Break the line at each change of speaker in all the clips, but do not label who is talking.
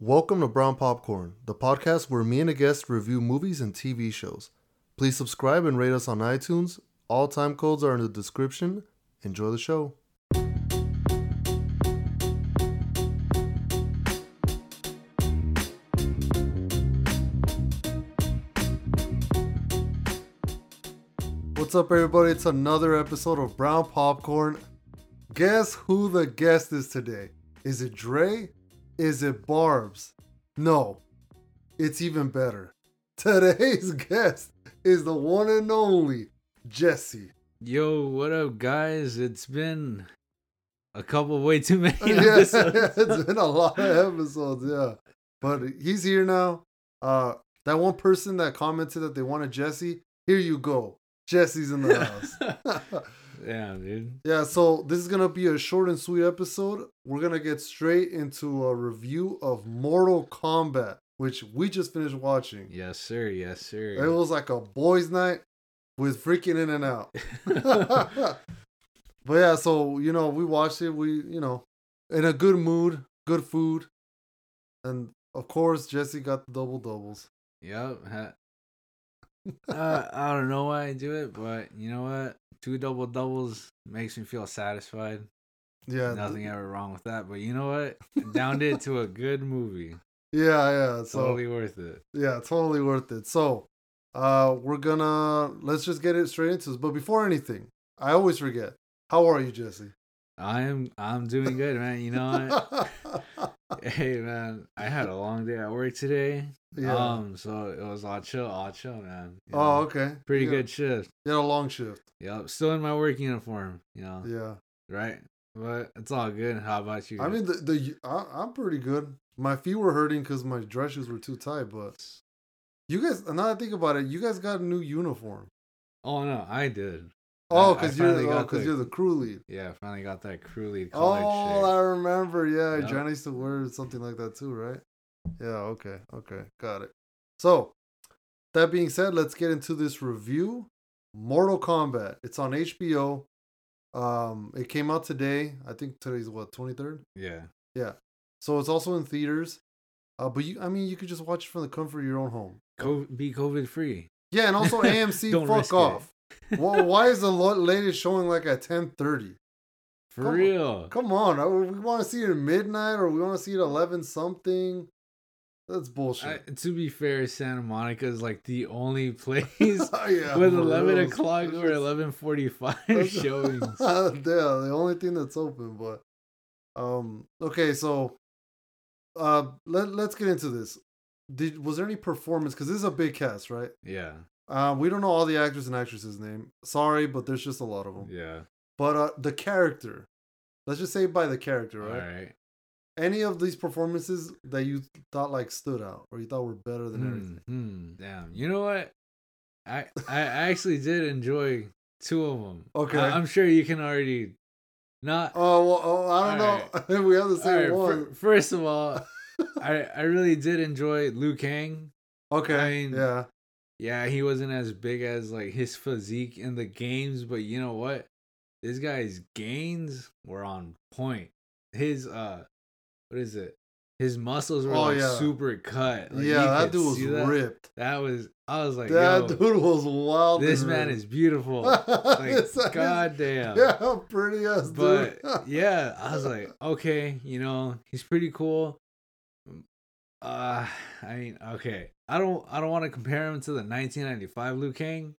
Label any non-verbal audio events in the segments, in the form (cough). Welcome to Brown Popcorn, the podcast where me and a guest review movies and TV shows. Please subscribe and rate us on iTunes. All time codes are in the description. Enjoy the show. What's up, everybody? It's another episode of Brown Popcorn. Guess who the guest is today? Is it Dre? Is it Barb's? No, it's even better. (laughs) Today's guest is the one and only Jesse.
Yo, what up, guys? It's been a couple way too many
(laughs) yeah,
episodes.
it's been a lot of episodes, yeah. But he's here now. Uh, that one person that commented that they wanted Jesse, here you go. Jesse's in the house. (laughs)
yeah, dude.
Yeah, so this is gonna be a short and sweet episode. We're gonna get straight into a review of Mortal Kombat, which we just finished watching.
Yes, sir. Yes,
It
sir.
was like a boys' night with freaking In and
(laughs)
Out. (laughs) but yeah, so you know, we watched it. We you know, in a good mood, good food, and of course Jesse got the double doubles.
yep. ha- Uh, I don't know why I do it, but you know what? Two double doubles makes me feel satisfied.
Yeah,
Nothing ever wrong with that. But you know what? Downed it to a good movie.
yeah, yeah. (laughs) So
Totally worth it.
Yeah, totally worth it. So, uh, we're gonna let's just get it straight into this. But before anything, I always forget. How are you, Jesse?
I am. I'm doing good, man. You know what? hey, man. I had a long day at work today.
(laughs) yeah.
Um, so it was all chill, all chill, man. You
oh,
know,
okay.
pretty
yeah.
good shift.
You had a long shift.
Yep, still in my work uniform, you know,
Yeah.
right? But it's all good. How about you?
I
guys?
mean, the, the I, I'm pretty good. My feet were hurting because my dress shoes were too tight. But you guys, now that I think about it, you guys got a new uniform.
oh no, I did.
Oh,
I
because you're
finally
oh,
got
'cause
the
you're the crew lead.
Yeah, I finally got that crew lead color
Oh,
shit.
I remember. Yeah,
Yep.
Johnny used to wear something like that too, right? Yeah. Okay. Okay. Got it. So, that being said, let's get into this review. Mortal Kombat. It's on HBO. Um, it came out today. I think today's what twenty third.
Yeah,
So it's also in theaters. Uh, but you, I mean, you could just watch it from the comfort of your own home.
Co- be COVID free.
Yeah, and
(laughs)
also AMC.
Don't
fuck
risk it.
off. well, why is the lo- latest showing like at ten thirty?
For
Come on.
real.
Come on, I- we want to see it at midnight or we want to see it at eleven something. That's
I,
bullshit.
to be fair, Santa Monica is like
(laughs)
the only place
yeah,
with
for
eleven
reals.
o'clock or eleven (laughs) forty-five
That's-
showings.
(laughs) yeah, the only thing that's open. But um, okay, so uh, let let's get into this. Did was there any performance? Because this is a big cast, right?
Yeah,
Uh, we don't know all the actors and actresses' name. Sorry, but there's just a lot of them.
yeah.
But uh, the character, let's just say by the character,
All
right?
right.
Any of these performances that you thought like stood out or you thought were better than everything?
Hmm, hmm, damn. You know what? I I actually did enjoy two of them.
Okay.
I, am sure you can already not.
Oh, well, oh I don't know. (laughs) we have the
all right,
same
fir-
one.
first
(laughs)
of all, I I really did enjoy Liu Kang.
okay.
I mean-
yeah.
Yeah, he wasn't as big as like his physique in the games, but you know what? This guy's gains were on point. His uh, what is it? His muscles were
Oh,
like
yeah.
super cut. Like, you
yeah, that
could
dude was
see that.
ripped.
That was I was like,
that
yo,
dude was wild.
this
and (laughs)
man
ripped.
is beautiful. Like,
This man is-
goddamn.
Yeah, pretty ass
but
dude.
yeah, I was like, okay, you know, he's pretty cool. Uh, I mean, okay, I don't, I don't want to compare him to the 1995 Liu Kang.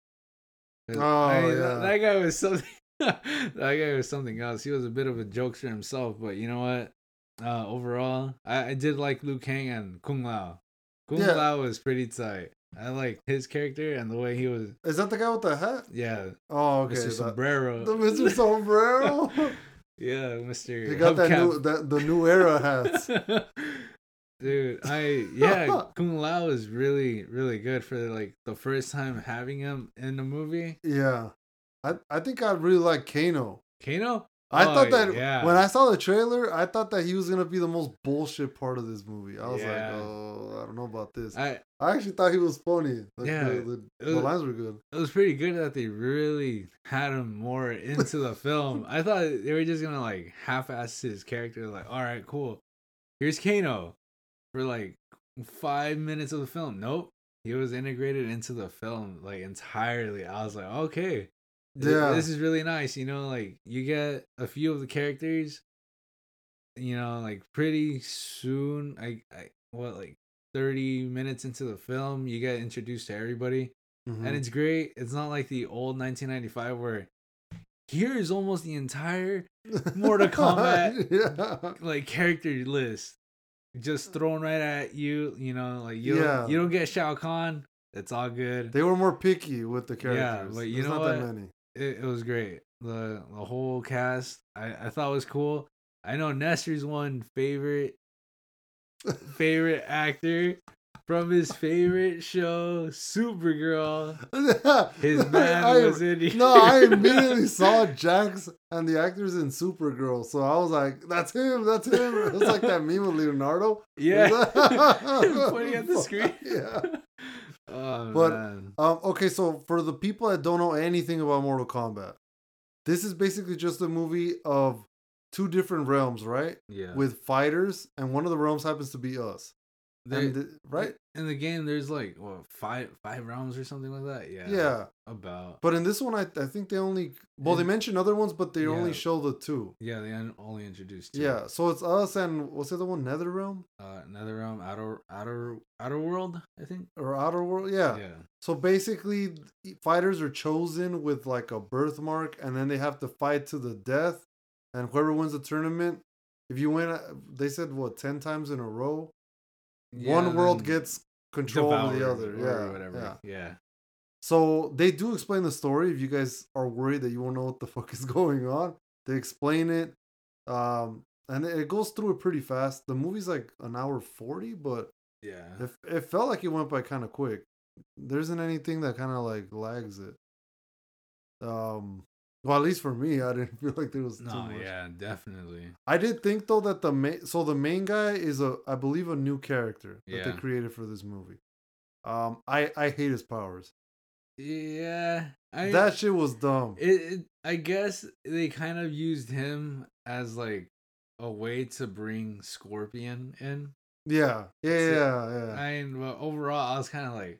'Cause,
Oh,
I mean, that-
yeah.
that guy was something. (laughs) that guy was something else. He was a bit of a jokester himself, but you know what? Uh, overall, I, I did like Liu Kang and Kung Lao. Kung
Yeah.
Lao was pretty tight. I liked his character and the way he was.
(laughs) Is that the guy with the hat?
Yeah,
Oh, okay.
Mr.
that- (laughs)
Sombrero.
the Mr. Sombrero.
(laughs)
(laughs)
yeah, Mr.
he got that new,
Hubcap.
that, the new era hats.
(laughs) Dude, I yeah,
(laughs)
Kung Lao is really really good for like the first time having him in the movie.
yeah. I, I think I really like Kano.
Kano,
I
Oh,
thought that
yeah.
when I saw the trailer, I thought that he was gonna be the most bullshit part of this movie. I was
Yeah.
like, oh, I don't know about this.
I
I actually thought he was funny. Like,
Yeah,
the, the,
it
the
was-
lines were good.
it was pretty good that they really had him more into the film. I thought they were just gonna like half-ass his character, like all right, cool, here's Kano. for like five minutes of the film. Nope. He was integrated into the film like entirely. I was like, okay. th-
Yeah.
This is really nice. You know, like you get a few of the characters, you know, like pretty soon, I, I what, like 30 minutes into the film, you get introduced to everybody
Mhm.
and it's great. It's not like the old 1995 where here is almost the entire
Mm-hmm. (laughs)
Mortal Kombat.
yeah.
like character list just thrown right at you. You know, like you
Mm. Yeah.
don't, you don't get Shao Kahn. It's all good.
They were more picky with the
Yeah,
characters.
but you
There's
know
not that
what?
many. (laughs)
It, it was great. The the whole cast I, I thought was cool. I know Nestor's one favorite favorite actor from his favorite show, Supergirl. His
(laughs)
man
I-
was in here.
No,
(laughs)
I immediately saw Jax and the actors in Supergirl, so I was like, "That's him! That's him!" It was like that meme with Leonardo. (laughs)
Yeah. Pointing (laughs) at the screen.
Yeah.
Oh,
But-
man.
Um, okay, so for the people that don't know anything about Mortal Kombat, this is basically just a movie of two different realms, right?
yeah.
With fighters, and one of the realms happens to be us,
There-
and th- right?
in the game there's like what five five rounds or something like that. Yeah.
Yeah.
About
But in this one, I, I think they only well they
And-
mention other ones, but they only
Yeah.
show the two.
yeah, they un- only introduced two.
Yeah, so it's us and what's the other one? Nether realm
Uh, another realm, outer outer outer world, I think.
or Outer World? Yeah.
Yeah.
So basically, th- fighters are chosen with like a birthmark, and then they have to fight to the death. And whoever wins the tournament, if you win, uh, they said what ten times in a row,
Yeah,
one world
then
gets control over the
devoured
other.
or
Yeah,
whatever.
yeah.
Yeah.
So they do explain the story. If you guys are worried that you won't know what the (laughs) fuck is going on, they explain it. Um, and it goes through it pretty fast. The movie's like an hour forty, but
Yeah.
It, it felt like it went by kind of quick. There isn't anything that kind of like lags it. Um, well, at least for me, I didn't (laughs) feel like there was too
No,
much.
yeah, definitely.
I did think though that the main, so the main guy is a, I believe, a new character that they
Yeah.
created for this movie. Um, I I hate his powers.
Yeah. I
that shit was dumb.
it, it I guess they kind of used him as like a way to bring Scorpion in.
yeah, yeah,
So-
yeah, yeah.
I mean, but overall, I was kind of like,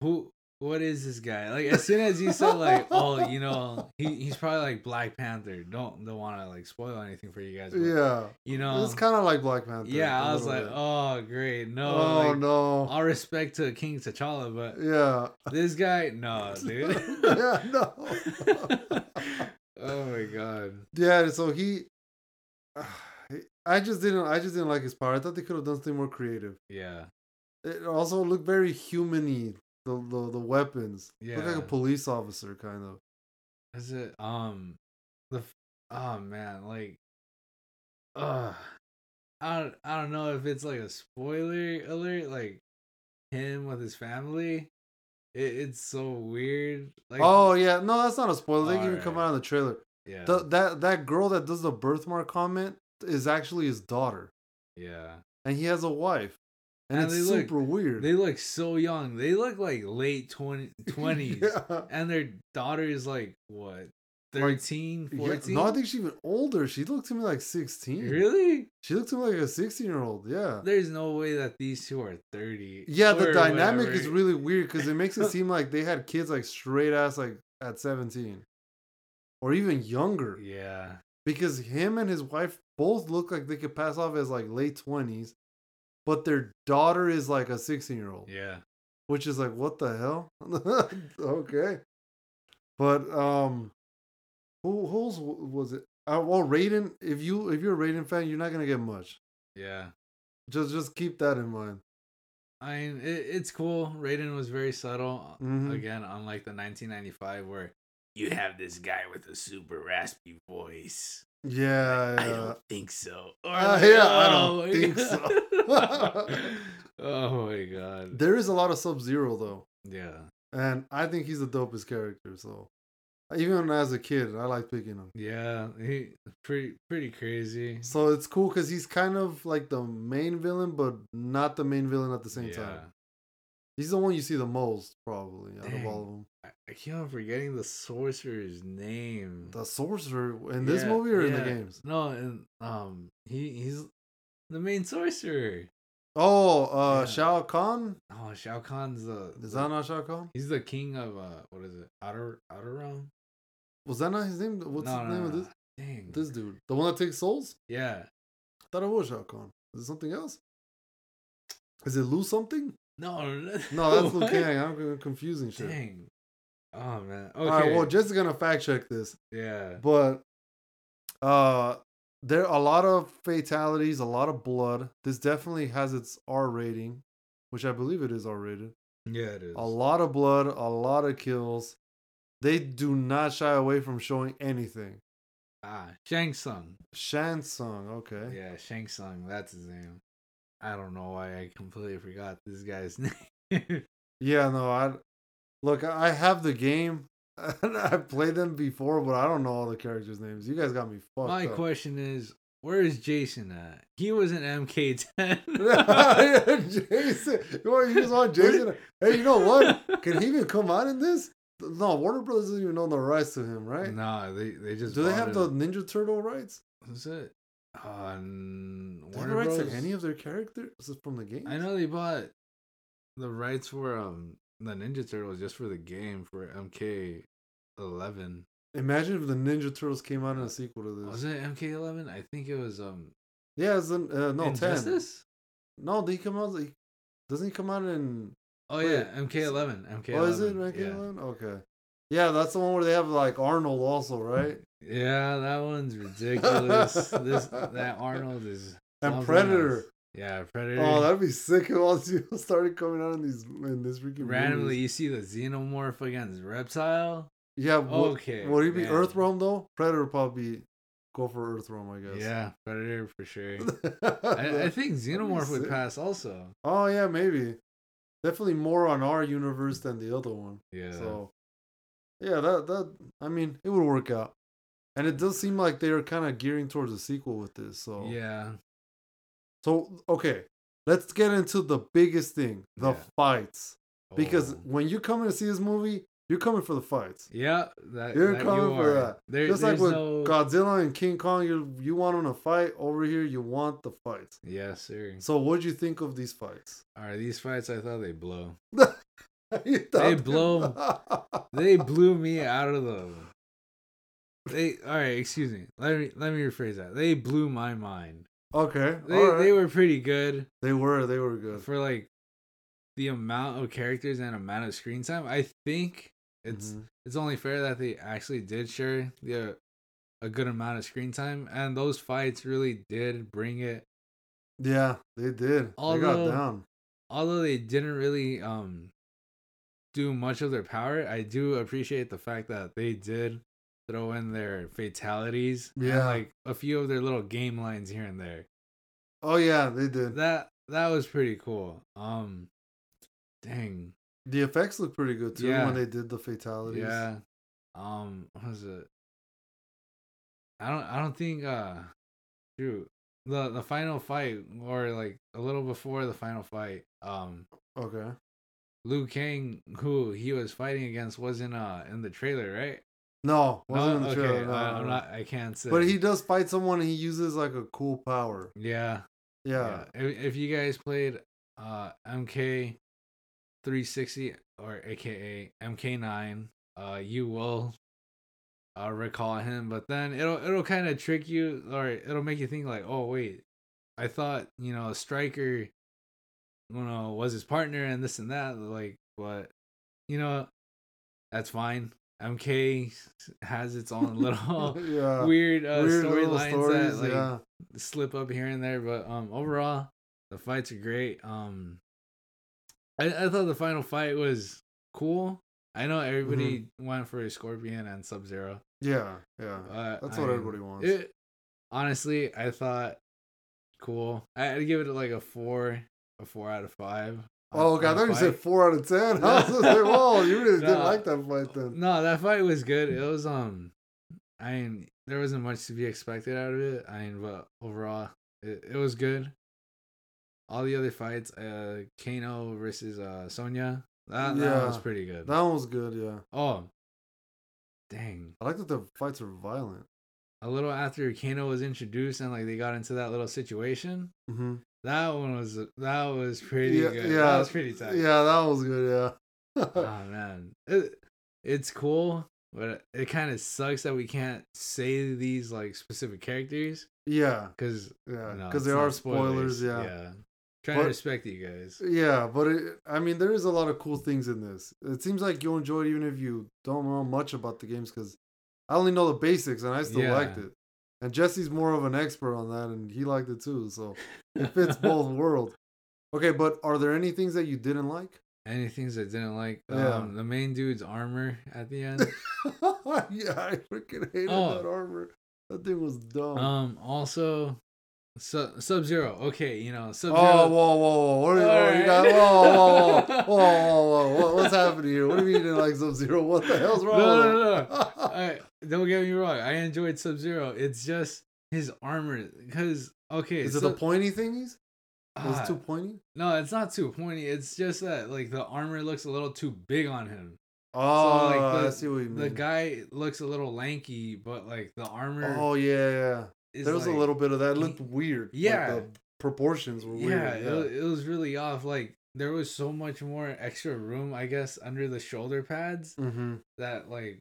who? What is this guy? Like, as soon as you said, like,
(laughs)
oh, you know, he, he's probably like Black Panther. Don't don't want to like spoil anything for you guys. But,
yeah,
you know,
it's kind of like Black Panther.
yeah.
a
I was like,
little bit.
oh, great, no,
oh
like,
no,
all respect to King T'Challa, but
yeah,
this
(laughs)
guy, no, dude.
yeah, (laughs) no.
(laughs)
(laughs)
oh my god.
Yeah, so he, (sighs) I just didn't, I just didn't like his power. I thought they could have done something more creative.
Yeah.
It also looked very humany. The the, the weapons look like a
Yeah.
police officer kind of.
Is it um the f- oh man like uh I don't I don't know if it's like a spoiler alert like him with his family it, it's so weird like
oh yeah, no, that's not a spoiler. They even come
Alright.
out in the trailer.
yeah
The, that that girl that does the birthmark comment is actually his daughter,
yeah
and he has a wife, and,
And
it's
they look-
super (laughs) weird.
they look so young they look like late 20, 20s
(laughs) Yeah.
and their daughter is like what
Like,
13
Yeah,
14
no, I think she's even older. She looked to me like sixteen.
really
She looked to me like a sixteen-year-old. Yeah.
there's no way that these two are 30
Yeah, the
or
dynamic is
whatever.
really weird because it makes
(laughs)
it seem like they had kids like straight ass like at 17 or even younger
yeah
because him and his wife both look like they could pass off as like late 20s, but their daughter is like a 16 year old,
yeah
which is like, what the hell? (laughs) okay. But, um, who, who else w- was it? Uh, well, Raiden, if you if you're a Raiden fan, you're not gonna get much.
yeah
Just just keep that in mind.
I mean, it, it's cool. Raiden was very subtle.
Mhm.
Again, unlike the 1995 where you have this guy with a super raspy voice.
Yeah,
I
yeah.
don't think so. Or
Uh,
like,
yeah, I don't
(laughs) my
think
God." (laughs) oh my god.
There is a lot of Sub Zero though,
Yeah.
and I think he's the dopest character. So uh, even as a kid, I like picking him.
Yeah, he pretty pretty crazy.
So it's cool because he's kind of like the main villain, but not the main villain at the same time. He's the one you see the most probably out of
Dang.
all of them.
I, I keep on forgetting the sorcerer's name.
The sorcerer in this
Yeah,
movie or in the
yeah.
games?
No, and um he he's the main sorcerer.
Oh, uh,
Yeah.
Shao Kahn?
Oh, Shao Kahn's the,
Is
the-
that not Shao Kahn?
he's the king of uh what is it? Outer Outer Realm?
Was that not his name? What's
No,
the
no,
name
no,
of this
Dang.
this dude? The one that takes souls?
yeah.
I thought it was Shao Kahn. Is it something else? Is it Lou something?
No, (laughs)
No, that's Liu
what?
Kang. I'm con- confusing shit.
Dang. Oh man. Okay.
All right, well, Jessica's gonna fact check this,
yeah.
but uh, there are a lot of fatalities, a lot of blood. This definitely has its R rating, which I believe it is R rated.
Yeah, it is.
A lot of blood, a lot of kills. They do not shy away from showing anything.
Ah, Shang Tsung.
Shansung, okay.
Yeah, Shang Tsung. That's his name. I don't know why I completely forgot this guy's (laughs) name.
Yeah, no, I look. I have the game. (laughs) I've played them before, but I don't know all the characters' names. You guys got me fucked
My
up.
question is, where is Jason at? He was an
(laughs)
MK10.
Jason, you, want, you just want Jason? hey, you know what?
(laughs)
Can he even come out in this? No, Warner Brothers doesn't even own the rights to him, right?
Nah, they they just
Do they have the
bought it.
Ninja Turtle rights?
What's it?
Do
On
they have
Warner
the rights
Bros.
to any of their characters from the game?
I know they bought the rights for um the Ninja Turtles just for the game for MK eleven.
Imagine if the Ninja Turtles came out in a sequel to
Was
this.
it MK eleven? I think it was um
Yeah, it's in, uh, no ten.
Injustice?
No, they come out. He, doesn't he come out in?
Oh
Wait,
yeah, MK eleven. MK
Oh, is it
MK
Magellan? Okay. Yeah, that's the one where they have like Arnold also, right?
Yeah. yeah, that one's ridiculous. this that Arnold is
And
something
Predator.
else. Yeah, Predator.
Oh, that'd be sick if all these people (laughs) started coming out in these in this freaking
randomly
movies.
you see the xenomorph against reptile.
Yeah. What,
Okay.
Would he be
Oh, man.
Earthrealm though? Predator would probably go for Earthrealm, I guess.
Yeah, Predator
(laughs)
for sure. I, I think Xenomorph would
sick.
pass also.
oh yeah, maybe. Definitely more on our universe than the other one.
Yeah.
So, yeah, that that I mean, it would work out, and it does seem like they are kind of gearing towards a sequel with this. So
Yeah.
So okay, let's get into the biggest thing: the
Yeah.
fights. Because
Oh.
when you come in to see this movie, you're coming for the fights.
yeah, that,
You're
that
coming
you
for
are.
that.
There,
Just like
there's
with
no...
Godzilla and King Kong, you you want them to fight. Over here, you want the fights.
Yes, sir.
So what'd you think of these fights? (laughs)
All right, these fights I thought they blow.
You thought they
blow 'em. They blew me out of the. They all right. Excuse me. Let me let me rephrase that. They blew my mind.
(laughs) okay,
They
all right.
they were pretty good
they were they were good.
for like the amount of characters and amount of screen time. I think it's
Mhm.
it's only fair that they actually did share the a good amount of screen time, and those fights really did bring it
yeah, they did. they got
Although-
down.
although they didn't really um do much of their power, I do appreciate the fact that they did throw in their fatalities. and,
Yeah.
like a few of their little game lines here and there.
Oh yeah, they did.
That that was pretty cool. Um dang.
the effects look pretty good too
Yeah.
when they did the fatalities.
Yeah. Um what was it? I don't I don't think uh shoot. The the final fight or like a little before the final fight, um
Okay.
Liu Kang, who he was fighting against, wasn't uh in the trailer, right?
No,
No,
wasn't in the trailer. no,
I,
no,
I'm
no.
not. I can't say.
But he does fight someone and he uses like a cool power.
yeah,
Yeah.
yeah. If, if you guys played uh MK, 360 or AKA MK9, uh, you will uh recall him. But then it'll it'll kind of trick you, or it'll make you think like, oh wait, I thought you know Striker, you know, was his partner and this and that. Like, but you know, that's fine. MK has its own little
(laughs)
(laughs)
yeah.
weird uh,
Weird little
storylines that like
yeah.
slip up here and there, but um overall the fights are great. Um I, I thought the final fight was cool. I know everybody
Mm-hmm.
went for a scorpion and sub zero.
Yeah. Yeah.
Uh,
That's
I
what
mean,
everybody wants.
It, honestly, I thought cool. I, I'd give it like a four, a four out of five. on-
oh, okay. I
on
thought you said
fight.
four out of ten. (laughs) I was just like, whoa, you really didn't
No.
like that fight then.
No, that fight was good. It was um, I mean, there wasn't much to be expected out of it. I mean, but overall, it, it was good. All the other fights, uh, Kano versus uh Sonya, that, that one was
Yeah.
pretty good.
That one was good, yeah.
oh, dang!
I like that the fights are violent.
A little after Kano was introduced and like they got into that little situation,
Mm-hmm.
That one was that was pretty
Yeah,
good.
yeah,
that was pretty tight.
Yeah, that was good.
Oh
Yeah. (laughs)
man, it, it's cool, but it kind of sucks that we can't say these like specific characters
yeah.
because
Yeah. Because there are spoilers. Yeah. yeah.
Trying
But-
to respect you guys.
but it, I mean, there is a lot of cool things in this. It seems like you'll enjoy it even if you don't know much about the games, because I only know the basics and I still
Yeah.
liked it. And Jesse's more of an expert on that, and he liked it too. So it fits
(laughs)
both worlds. Okay, but are there any things that you didn't like? (laughs)
Any things I didn't like.
Yeah.
Um, the main dude's armor at the
(laughs)
end.
yeah, I freaking hated
Oh.
that armor. That thing was dumb.
um, also, Sub Sub Zero. Okay, you know Sub Zero.
Oh, whoa, whoa, whoa. What do you,
All
what do you
right.
got? Whoa,
(laughs)
whoa, whoa, whoa, whoa, whoa, whoa. What's happening here? What do you mean you didn't like Sub Zero? What the hell's wrong
No,
with
no,
(laughs)
no.
him?
no. I, don't get me wrong. I enjoyed Sub Zero. It's just his armor. Because okay,
Is it the
Sub-
pointy thingies? Was
Ah,
it too pointy?
No, it's not too pointy. It's just that like the armor looks a little too big on him.
Oh,
like, the-
I see what you mean.
The guy looks a little lanky, but like the armor.
oh, yeah, yeah.
is,
There was
like-
a little bit of that. It looked weird.
yeah.
Like the proportions were
Yeah,
weird.
it
Yeah.
wa- It, was really off. Like there was so much more extra room, I guess, under the shoulder pads
mm-hmm.
that like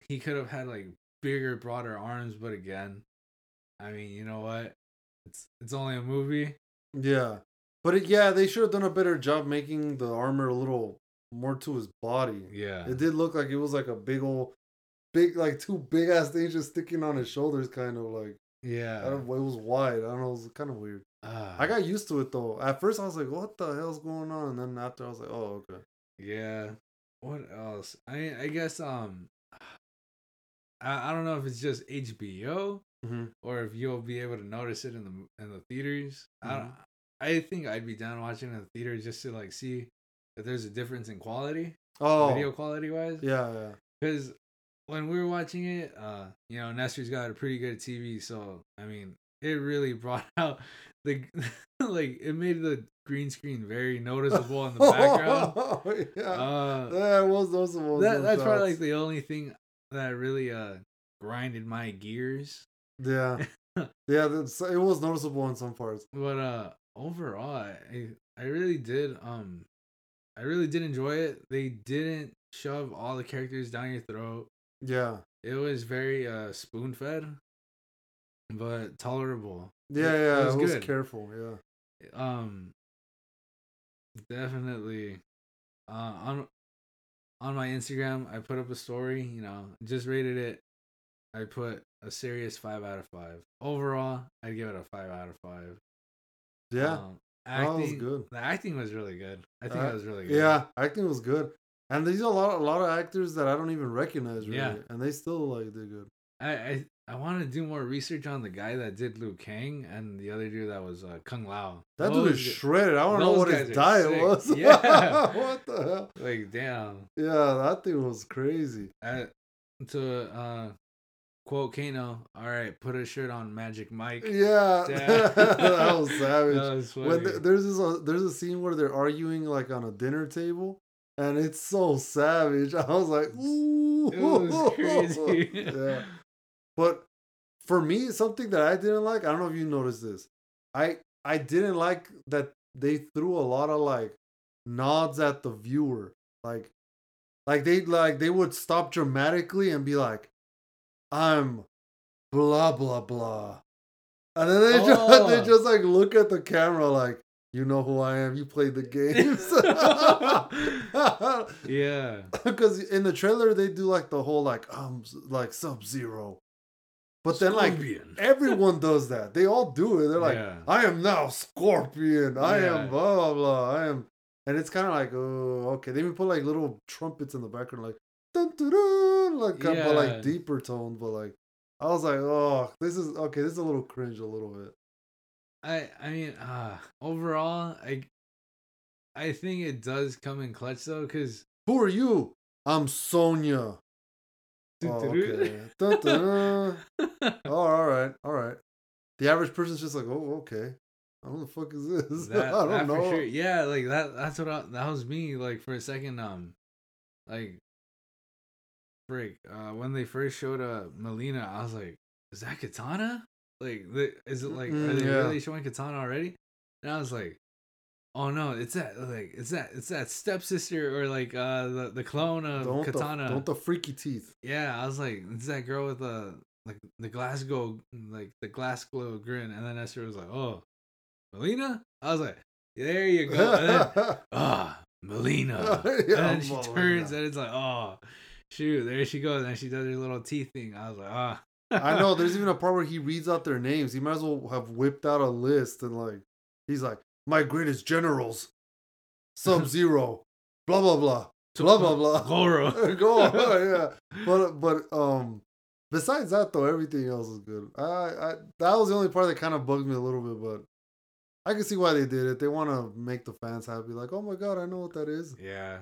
he could have had like bigger, broader arms. But again, I mean, you know what? It's it's only a movie.
Yeah. But it, yeah, they should have done a better job making the armor a little more to his body.
Yeah.
It did look like it was like a big old, big like two big ass things just sticking on his shoulders, kind of like. I
Yeah.
don't, it was wide. I don't know. It was kind of weird.
Ah,
I got used to it though. At first, I was like, "What the hell's going on?" And then after, I was like, "Oh, okay."
Yeah. What else? I I guess um (sighs) I, I don't know if it's just HBO
Mhm.
or if you'll be able to notice it in the in the theaters. I don't,
Mhm.
I think I'd be down watching it in the theater just to like see if there's a difference in quality,
Oh,
video quality wise.
yeah, yeah.
Because when we were watching it, uh, you know, Nestor's got a pretty good TV, so I mean, it really (laughs) brought out the (laughs) like it made the green screen very noticeable in the background.
(laughs) yeah,
Uh,
that was noticeable.
that, that's probably like
sometimes.
the only thing that really uh grinded my gears (laughs)
yeah, yeah. That's, it was noticeable in some parts.
but uh overall i i really did um i really did enjoy it they didn't shove all the characters down your throat
Yeah,
it was very uh spoon fed but tolerable
yeah,
It- it
yeah. It was,
was good.
careful. Yeah.
um definitely uh on on my instagram i put up a story you know just rated it i put a serious five out of five overall i'd give it a five out of five
Yeah,
um,
that
acting
was good.
the acting was really good i think
Uh,
that was really good
Yeah, acting was good, and these are a lot, a lot of actors that I don't even recognize really,
Yeah.
and they still like did good.
i i, I want to do more research on the guy that did Liu Kang and the other dude that was uh, Kung Lao.
That
Those
dude is
gu-
shredded. I want to know
those
what
guys
his
are
diet
sick.
was. (laughs)
Yeah.
what the hell?
like damn.
Yeah, that thing was crazy.
Uh, to uh, quote Kano, all right, put a shirt on Magic Mike.
Yeah, (laughs)
Damn.
that was savage.
That was
when
funny.
th- there's this uh, there's a scene where they're arguing like on a dinner table, and it's so savage. (laughs) I was like, ooh,
it
(laughs)
was crazy.
yeah. But for me, something that I didn't like, I don't know if you noticed this. I I didn't like that they threw a lot of like nods at the viewer. Like like they like they would stop dramatically and be like, I'm blah blah blah. And then they (laughs) just
Oh.
they just like look at the camera like, you know who I am, you played the (laughs) games.
yeah.
because in the trailer they do like the whole like um s- like sub zero but then like
Scorpion. (laughs)
everyone does that they all do it they're like "Oh."
Yeah.
i am now scorpion i
Yeah.
am blah blah blah i am and it's kind of like oh okay they even put like little trumpets in the background like dun, dun, dun, like uh, but
Yeah.
like deeper tone but like i was like oh this is okay this is a little cringe a little bit
I I mean, uh, overall, I I think it does come in clutch though, because
who are you i'm sonia oh, okay.
(laughs)
Dun, dun, dun. Oh, all right, all right. The average person's just like, oh, okay. I don't know the fuck is this. (laughs)
that,
I
that
don't
for
know.
sure. Yeah, like that. That's what I, that was me. Like for a second, um, like, break. Uh, when they first showed uh Melina, I was like, is that Katana? Like, the, is it like are
Mm,
they
yeah.
really showing Katana already? And I was like, oh no, it's that like it's that it's that stepsister or like uh the, the clone of
Don't the,
Katana.
don't the freaky teeth.
yeah, I was like, it's that girl with the like the Glasgow like the Glasgow grin. And then Esther was like, oh, Melina. I was like, there
(laughs)
you (laughs) go. And then, ah, Melina.
Yeah,
and then she
Melina.
turns (laughs) and it's like, oh, shoot, there she goes. And she does her little teeth thing. I was like, ah.
I know.
(laughs)
There's even a part where he reads out their names. He might as well have whipped out a list and like, he's like, my greatest generals, Sub Zero, blah blah blah, blah blah blah. (laughs)
Goro.
Go on, oh, yeah. But but um, besides that though, everything else is good. I I that was the only part that kind of bugged me a little bit, but I can see why they did it. They want to make the fans happy. Like, oh my god, I know what that is.
(laughs) Yeah.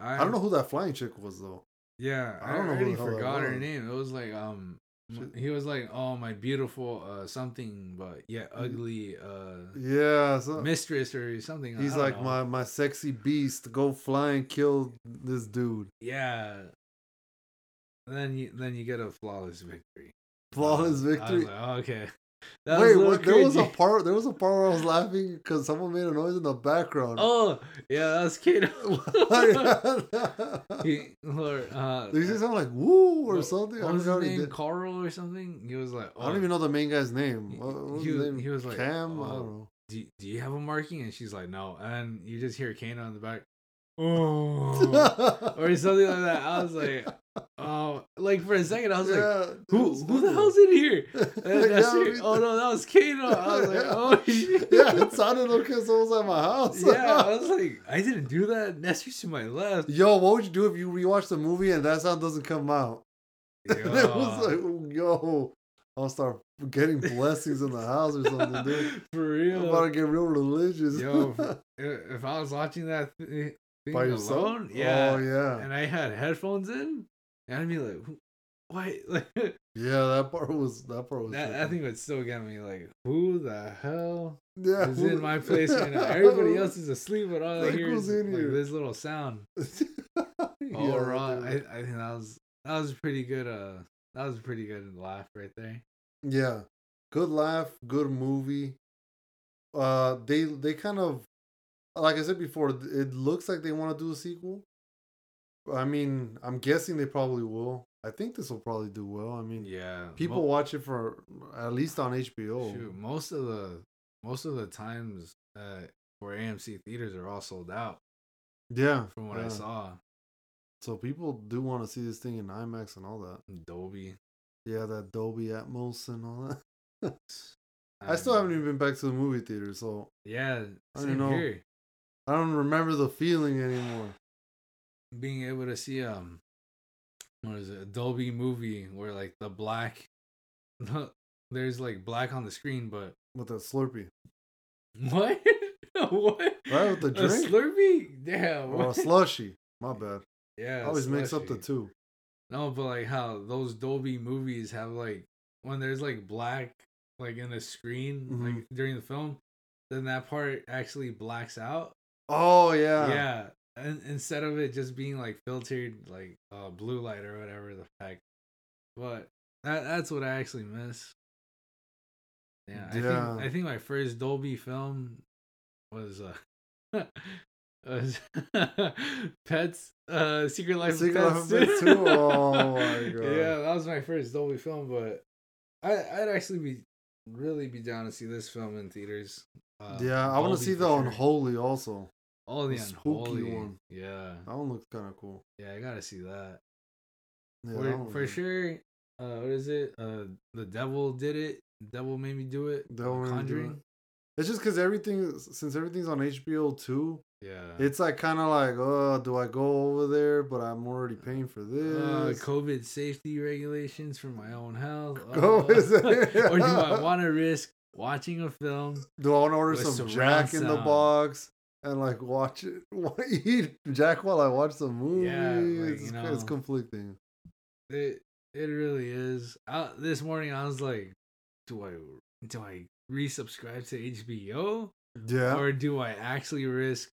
I don't know who that flying chick was though.
Yeah,
I
I,
don't know who the
already
hell that
forgot her
was.
name. It was like um,
Shit.
he was like, "Oh, my beautiful uh something, but yeah, ugly uh
Yeah, so
mistress or something."
he's
I don't
like
know.
my my sexy beast. Go fly and kill this dude.
yeah. And then you then you get a flawless victory.
Flawless
Uh, I was
victory.
like, oh, okay. (laughs)
Wait,
little
what, there was a
cringy.
part. There was a part where I was laughing because someone made a noise in the background. (laughs)
Oh yeah, that was (laughs) Kato.
Did
he, or, uh,
you say something like "woo" or
what-
something?
What was
forgot what
his
he
name?
did.
Carl or something? He was like, oh,
I don't even know the main guy's name.
He-
What- what
he
his
was-
name?
he was like,
Cam. I
uh,
don't know.
do, you- do you have a marking? And she's like, no. And you just hear Kano in the back, oh, (laughs)
(laughs)
or something like that. I was like, oh, like for a second, I was like,
Yeah,
who,
it's
who the
funny. (laughs)
hell's (laughs) in here? And
Yeah,
that's
me
it. Oh no, that was Kano. I was like,
(laughs) Yeah.
oh shit.
too. (laughs) Yeah, it sounded like someone was at my house.
yeah, I was like, I didn't do that. Nestor's to my
(laughs)
left.
Yo, what would you do if you rewatch the movie and that sound doesn't come out? (laughs) (laughs) it was
Yeah.
like, yo, I'll start getting blessings in the house or
(laughs)
something, dude.
For
I'm
real.
about to get real religious.
Yo, if if I was watching that thi- thing
(laughs) By yourself?
alone, yeah,
Oh yeah.
and I had headphones in, and I'd be like, "Who- "Why?" (laughs) Like that,
Yeah, that part was that part was.
that
tricky.
thing would still get me like, "Who the (laughs) hell
yeah,
is
who-
in my place
(laughs)
right (laughs) now?" Everybody else is asleep, but all I
Like,
hear
who's
is
in
like,
here?
this little sound.
Yeah,
All
that
right,
dude.
I, I think that was that was a pretty good. Uh, that was a pretty good laugh right there.
(laughs) Yeah. Good laugh, good movie. Uh they they kind of like I said before, th- it looks like they want to do a sequel. I mean, I'm guessing they probably will. I think this will probably do well. I mean,
Yeah,
people watch it for at least on HBO.
Shoot, most of the most of the times uh, for AMC theaters are all sold out
Yeah.
from what I
yeah.
saw.
So people do want to see this thing in IMAX and all that.
Dolby.
Yeah, that Dolby Atmos and all that. I
Um,
still haven't even been back to the movie theater, so
Yeah,
I don't
same
know.
here.
I don't remember the feeling anymore.
Being able to see um, what is it? A Dolby movie where like the black, (laughs) there's like black on the screen, but (laughs)
With that Slurpee.
what? what?
Right, with the
A
drink?
Slurpee? Damn.
Or a
what?
Oh, slushy. My bad.
(laughs) yeah.
I always mix up the
slushy.
two.
No, but like how those Dolby movies have like when there's like black like in the screen
Mhm.
like during the film, then that part actually blacks out.
Oh yeah.
Yeah. And instead of it just being like filtered like uh blue light or whatever the heck. But that that's what I actually miss. Yeah, I
Yeah.
think I think my first Dolby film was uh (laughs) was (laughs) Pets uh Secret Life
Secret
of
Life
Pets,
of Pets
too.
2? Oh
(laughs)
my God.
Yeah, that was my first Dolby film, but I I'd actually be really be down to see this film in theaters. Uh,
yeah, I want to
Dolby
see
for
the
sure.
unholy also.
Oh, the
The spooky
unholy
one.
Yeah,
That one looks kind of cool.
yeah, I gotta see that.
Yeah,
for
that one
for
was-
sure. Uh, what is it? Uh, the devil did it. Devil made me do it.
Devil
Uh,
Made Me Do It's just because everything, since everything's on HBO too,
Yeah.
it's like kind of like, oh, do I go over there? But I'm already paying for
uh,
this.
COVID safety regulations for my
(laughs)
own health.
Go
Uh, (laughs)
is it?
or do I want to risk watching a film?
Do I want to order
With
some
surround
Jack in the
sound.
box and like watch it? (laughs) Eat Jack while I watch the movie.
Yeah, like,
it's,
you
it's
know.
conflicting.
It it really is. I, this morning I was like, do I do I resubscribe to HBO?
Yeah.
or do I actually risk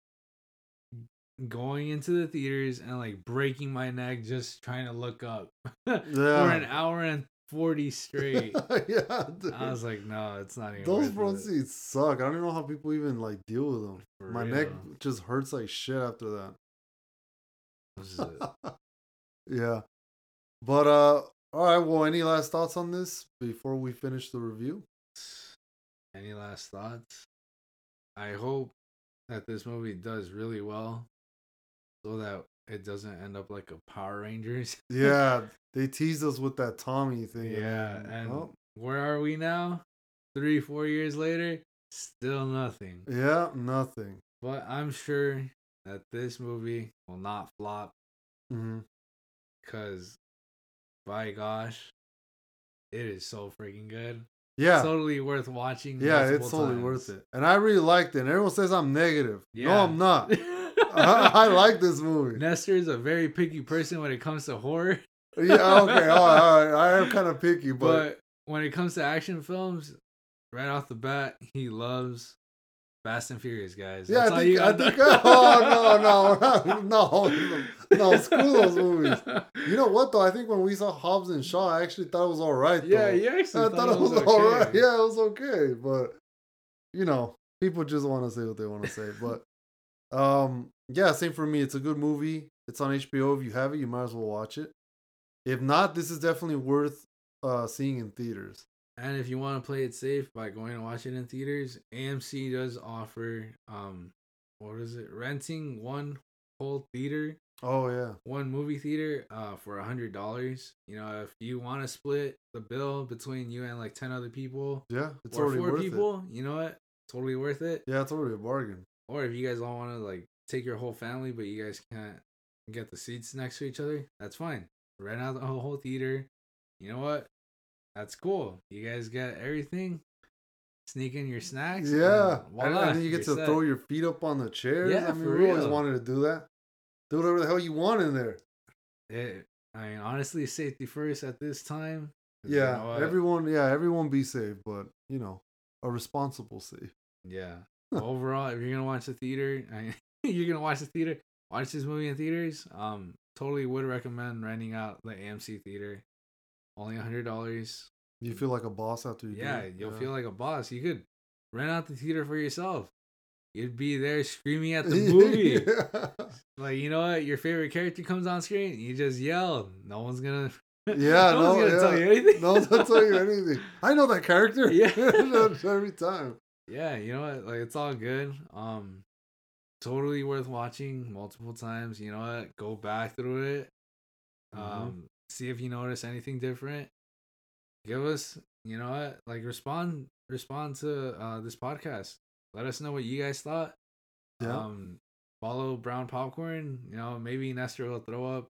going into the theaters and like breaking my neck just trying to look up for
(laughs) yeah.
an hour and forty straight.
(laughs) yeah, dude.
I was like, no, it's not even.
Those
worth
front
it.
seats suck. I don't even know how people even like deal with them.
For
My
real.
neck just hurts like shit after that.
This is it.
(laughs) Yeah. But uh all right, well, any last thoughts on this before we finish the review?
Any last thoughts? I hope that this movie does really well, so that it doesn't end up like a Power Rangers. (laughs)
Yeah, (laughs) they teased us with that Tommy thing.
yeah, and
oh,
where are we now? Three, four years later, still nothing.
yeah, nothing.
But I'm sure that this movie will not flop
hmm
because, by gosh, it is so freaking good.
Yeah.
Totally worth watching.
yeah,
multiple
it's totally worth
times.
it. And I really liked it. And everyone says I'm negative. No,
Yeah.
I'm not.
(laughs)
(laughs) I, Uh, I like this movie.
Nestor is a very picky person when it comes to horror, (laughs)
Yeah, okay, all right, all right. I am kind of picky,
but,
but,
when it comes to action films, right off the bat, he loves Fast and Furious, guys.
yeah,
That's all
I
you
think, I
gotta-
think, (laughs) oh, no, (laughs) no, no, no,
(laughs)
no, screw those movies. You know what though? I think when we saw Hobbs and Shaw, I actually thought it was all right. (laughs)
Yeah,
though.
you actually
I
thought,
thought it was,
okay.
all right. Yeah, it was okay, but you know, people just want to say what they want to
(laughs)
say. But um, yeah, same for me. It's a good movie. It's on HBO. If you have it, you might as well watch it. If not, this is definitely worth uh seeing in theaters.
And if you want to play it safe by going and watch it in theaters, AMC does offer um what is it? Renting one whole theater,
Oh yeah,
one movie theater uh for a hundred dollars. You know, if you want to split the bill between you and like ten other people
yeah. It's
or
already
four
worth
people, you know what? Totally worth it.
it. Yeah, it's already a bargain.
Or if you guys all want to like take your whole family but you guys can't get the seats next to each other, that's fine. Rent out the whole whole theater. You know what? That's cool. You guys got everything. Sneak in your snacks. and
Yeah, and,
voila,
and then you get
you're
to
set.
throw your feet up on the chairs.
Yeah,
I mean,
for
we always
real.
wanted to do that. Do whatever the hell you want in there.
It- I mean, honestly, safety first at this time. 'Cause you
Yeah,
know what?
everyone. Yeah, everyone be safe, but you know, a responsible safe. (laughs)
Yeah. Overall, if you're gonna watch the theater, (laughs) I, you're gonna watch the theater. Watch this movie in theaters. Um, totally would recommend renting out the AMC theater. Only a hundred dollars.
You feel like a boss after you. do
Yeah,
it.
you'll
(laughs)
feel like a boss. You could rent out the theater for yourself. You'd be there screaming
(laughs)
at the movie.
yeah.
Like, you know what? Your favorite character comes on screen, you just yell. No one's gonna (laughs)
Yeah,
no, one's
no,
gonna tell
yeah.
you anything.
No, don't tell
(laughs)
you anything. I know that character.
Yeah.
(laughs) every time.
yeah, you know what? Like it's all good. Um totally worth watching multiple times. You know what? Go back through it. Um,
Mm-hmm.
see if you notice anything different. Give us, you know what? Like respond respond to uh this podcast. Let us know what you guys thought.
Yeah.
Um follow Brown Popcorn. You know, maybe Nestor will throw up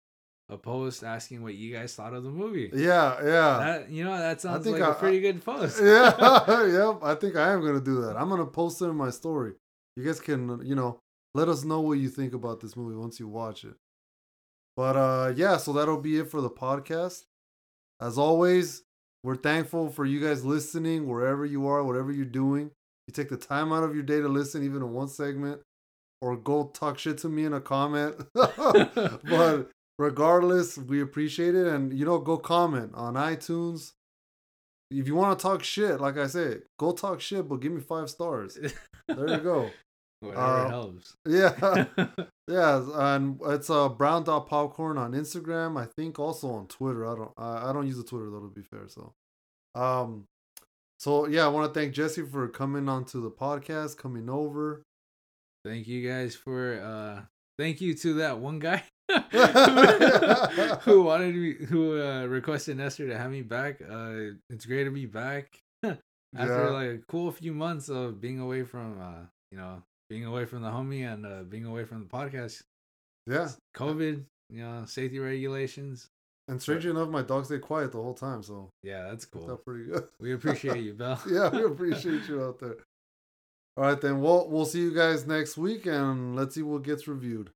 a post asking what you guys thought of the movie.
yeah, yeah,
That you know, that sounds
think
like a
I-
pretty good post.
(laughs) yeah, yep. I think I am gonna do that. I'm gonna post it in my story. You guys can, you know, let us know what you think about this movie once you watch it. But uh, yeah, so that'll be it for the podcast. As always, we're thankful for you guys listening wherever you are, whatever you're doing. You take the time out of your day to listen, even in one segment, or go talk shit to me in a comment. (laughs) but regardless, we appreciate it. And, you know, go comment on iTunes. If you want to talk shit, like I said, go talk shit, but give me five stars. There you
(laughs)
go.
Whatever
Uh, (laughs)
helps.
Yeah. Yeah, and it's uh brown dot popcorn on Instagram. I think also on Twitter. I don't I, I don't use the Twitter though to be fair. So, um, so yeah, I want to thank Jesse for coming onto the podcast, coming over.
thank you guys for uh thank you to that one
(laughs)
guy (laughs) who wanted me who uh requested Nestor to have me back. Uh it's great to be back after
Yeah.
like a cool few months of being away from uh you know being away from the homie and uh being away from the podcast.
Yeah,
COVID, you know, safety regulations.
and strangely enough, my dog stayed quiet the whole time, so
Yeah, that's cool.
that's pretty good. (laughs)
We appreciate you, Bell.
yeah, we appreciate you out there. All right, then we'll we'll see you guys next week, and let's see what gets reviewed.